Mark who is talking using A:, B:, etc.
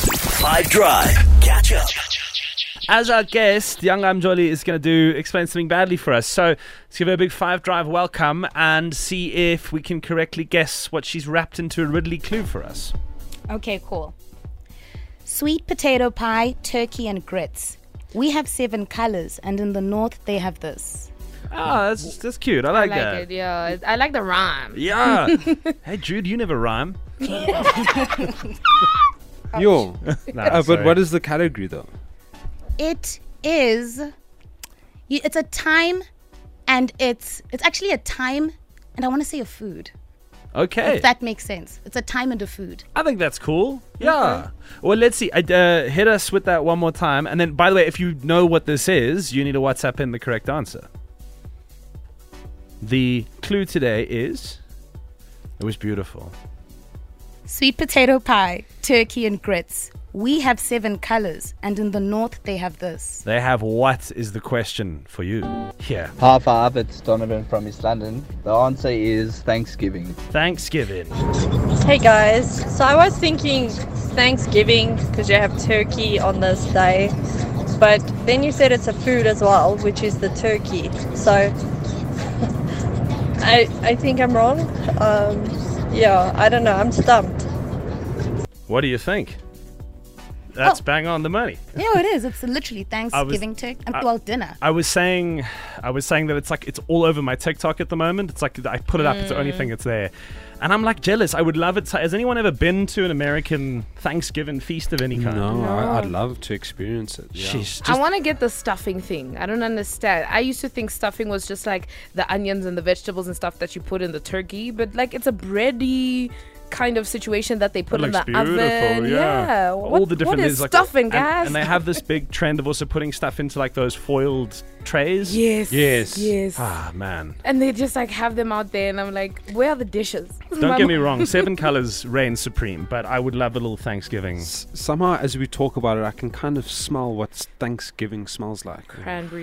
A: Five Drive. Catch up.
B: As our guest, Young Am Jolly is going to do explain something badly for us. So let's give her a big five drive welcome and see if we can correctly guess what she's wrapped into a Ridley clue for us.
C: Okay, cool. Sweet potato pie, turkey, and grits. We have seven colors, and in the north, they have this.
B: Ah, that's, that's cute. I like,
D: like
B: that.
D: it, yeah. It's- I like the rhyme.
B: Yeah. hey, Jude, you never rhyme.
E: Yo,
B: No,
E: uh, but
B: sorry.
E: what is the category though?
C: It is. y- It's a time, and it's it's actually a time, and I want to say a food.
B: Okay.
C: If that makes sense. It's a time and a food.
B: I think that's cool. Yeah. Well, let's see. I'd, Uh, hit us with that one more time. And then, by the way, if you know what this is, you need to WhatsApp in the correct answer. The clue today is it was beautiful.
C: Sweet potato pie, turkey, and grits. We have seven colors, and in the north, they have this.
B: They have what is the question for you here?
F: Hi five, it's Donovan from East London. The answer is Thanksgiving.
B: Thanksgiving.
G: Hey guys, so I was thinking Thanksgiving because you have turkey on this day, but then you said it's a food as well, which is the turkey. So I I think I'm wrong. Um, yeah, I don't know. I'm stumped.
B: What do you think? That's
C: Oh.
B: bang on the money.
C: Yeah, it is. It's literally Thanksgiving turkey. and well, dinner.
B: I was saying, I was saying that it's like it's all over my TikTok at the moment. It's like I put it up; it's the
D: Mm.
B: only thing that's there, and I'm like jealous. I would love it. Has anyone ever been to an American Thanksgiving feast of any kind?
E: No, I, I'd love to experience it. Yeah.
B: She's
D: I
B: just
D: want to get the stuffing thing. I don't understand. I used to think stuffing was just like the onions and the vegetables and stuff that you put in the turkey, but like it's a bready kind of situation that they put in the
B: looks beautiful,
D: oven.
B: yeah.
D: What,
B: all the different
D: what
B: there's,
D: is
B: like,
D: stuffing,
B: and,
D: guys?
B: and they have this big trend of also putting stuff into like those foiled trays.
D: yes.
E: Yes.
D: Yes.
B: Ah man.
D: And they just like have them out there, and I'm like, where are the dishes?
B: Don't
D: My
B: get
D: mom-
B: me wrong, Seven Colors reigns supreme, but I would love a little Thanksgiving.
E: S- Somehow, as we talk about it, I can kind of smell what Thanksgiving smells like.
D: Cranberry.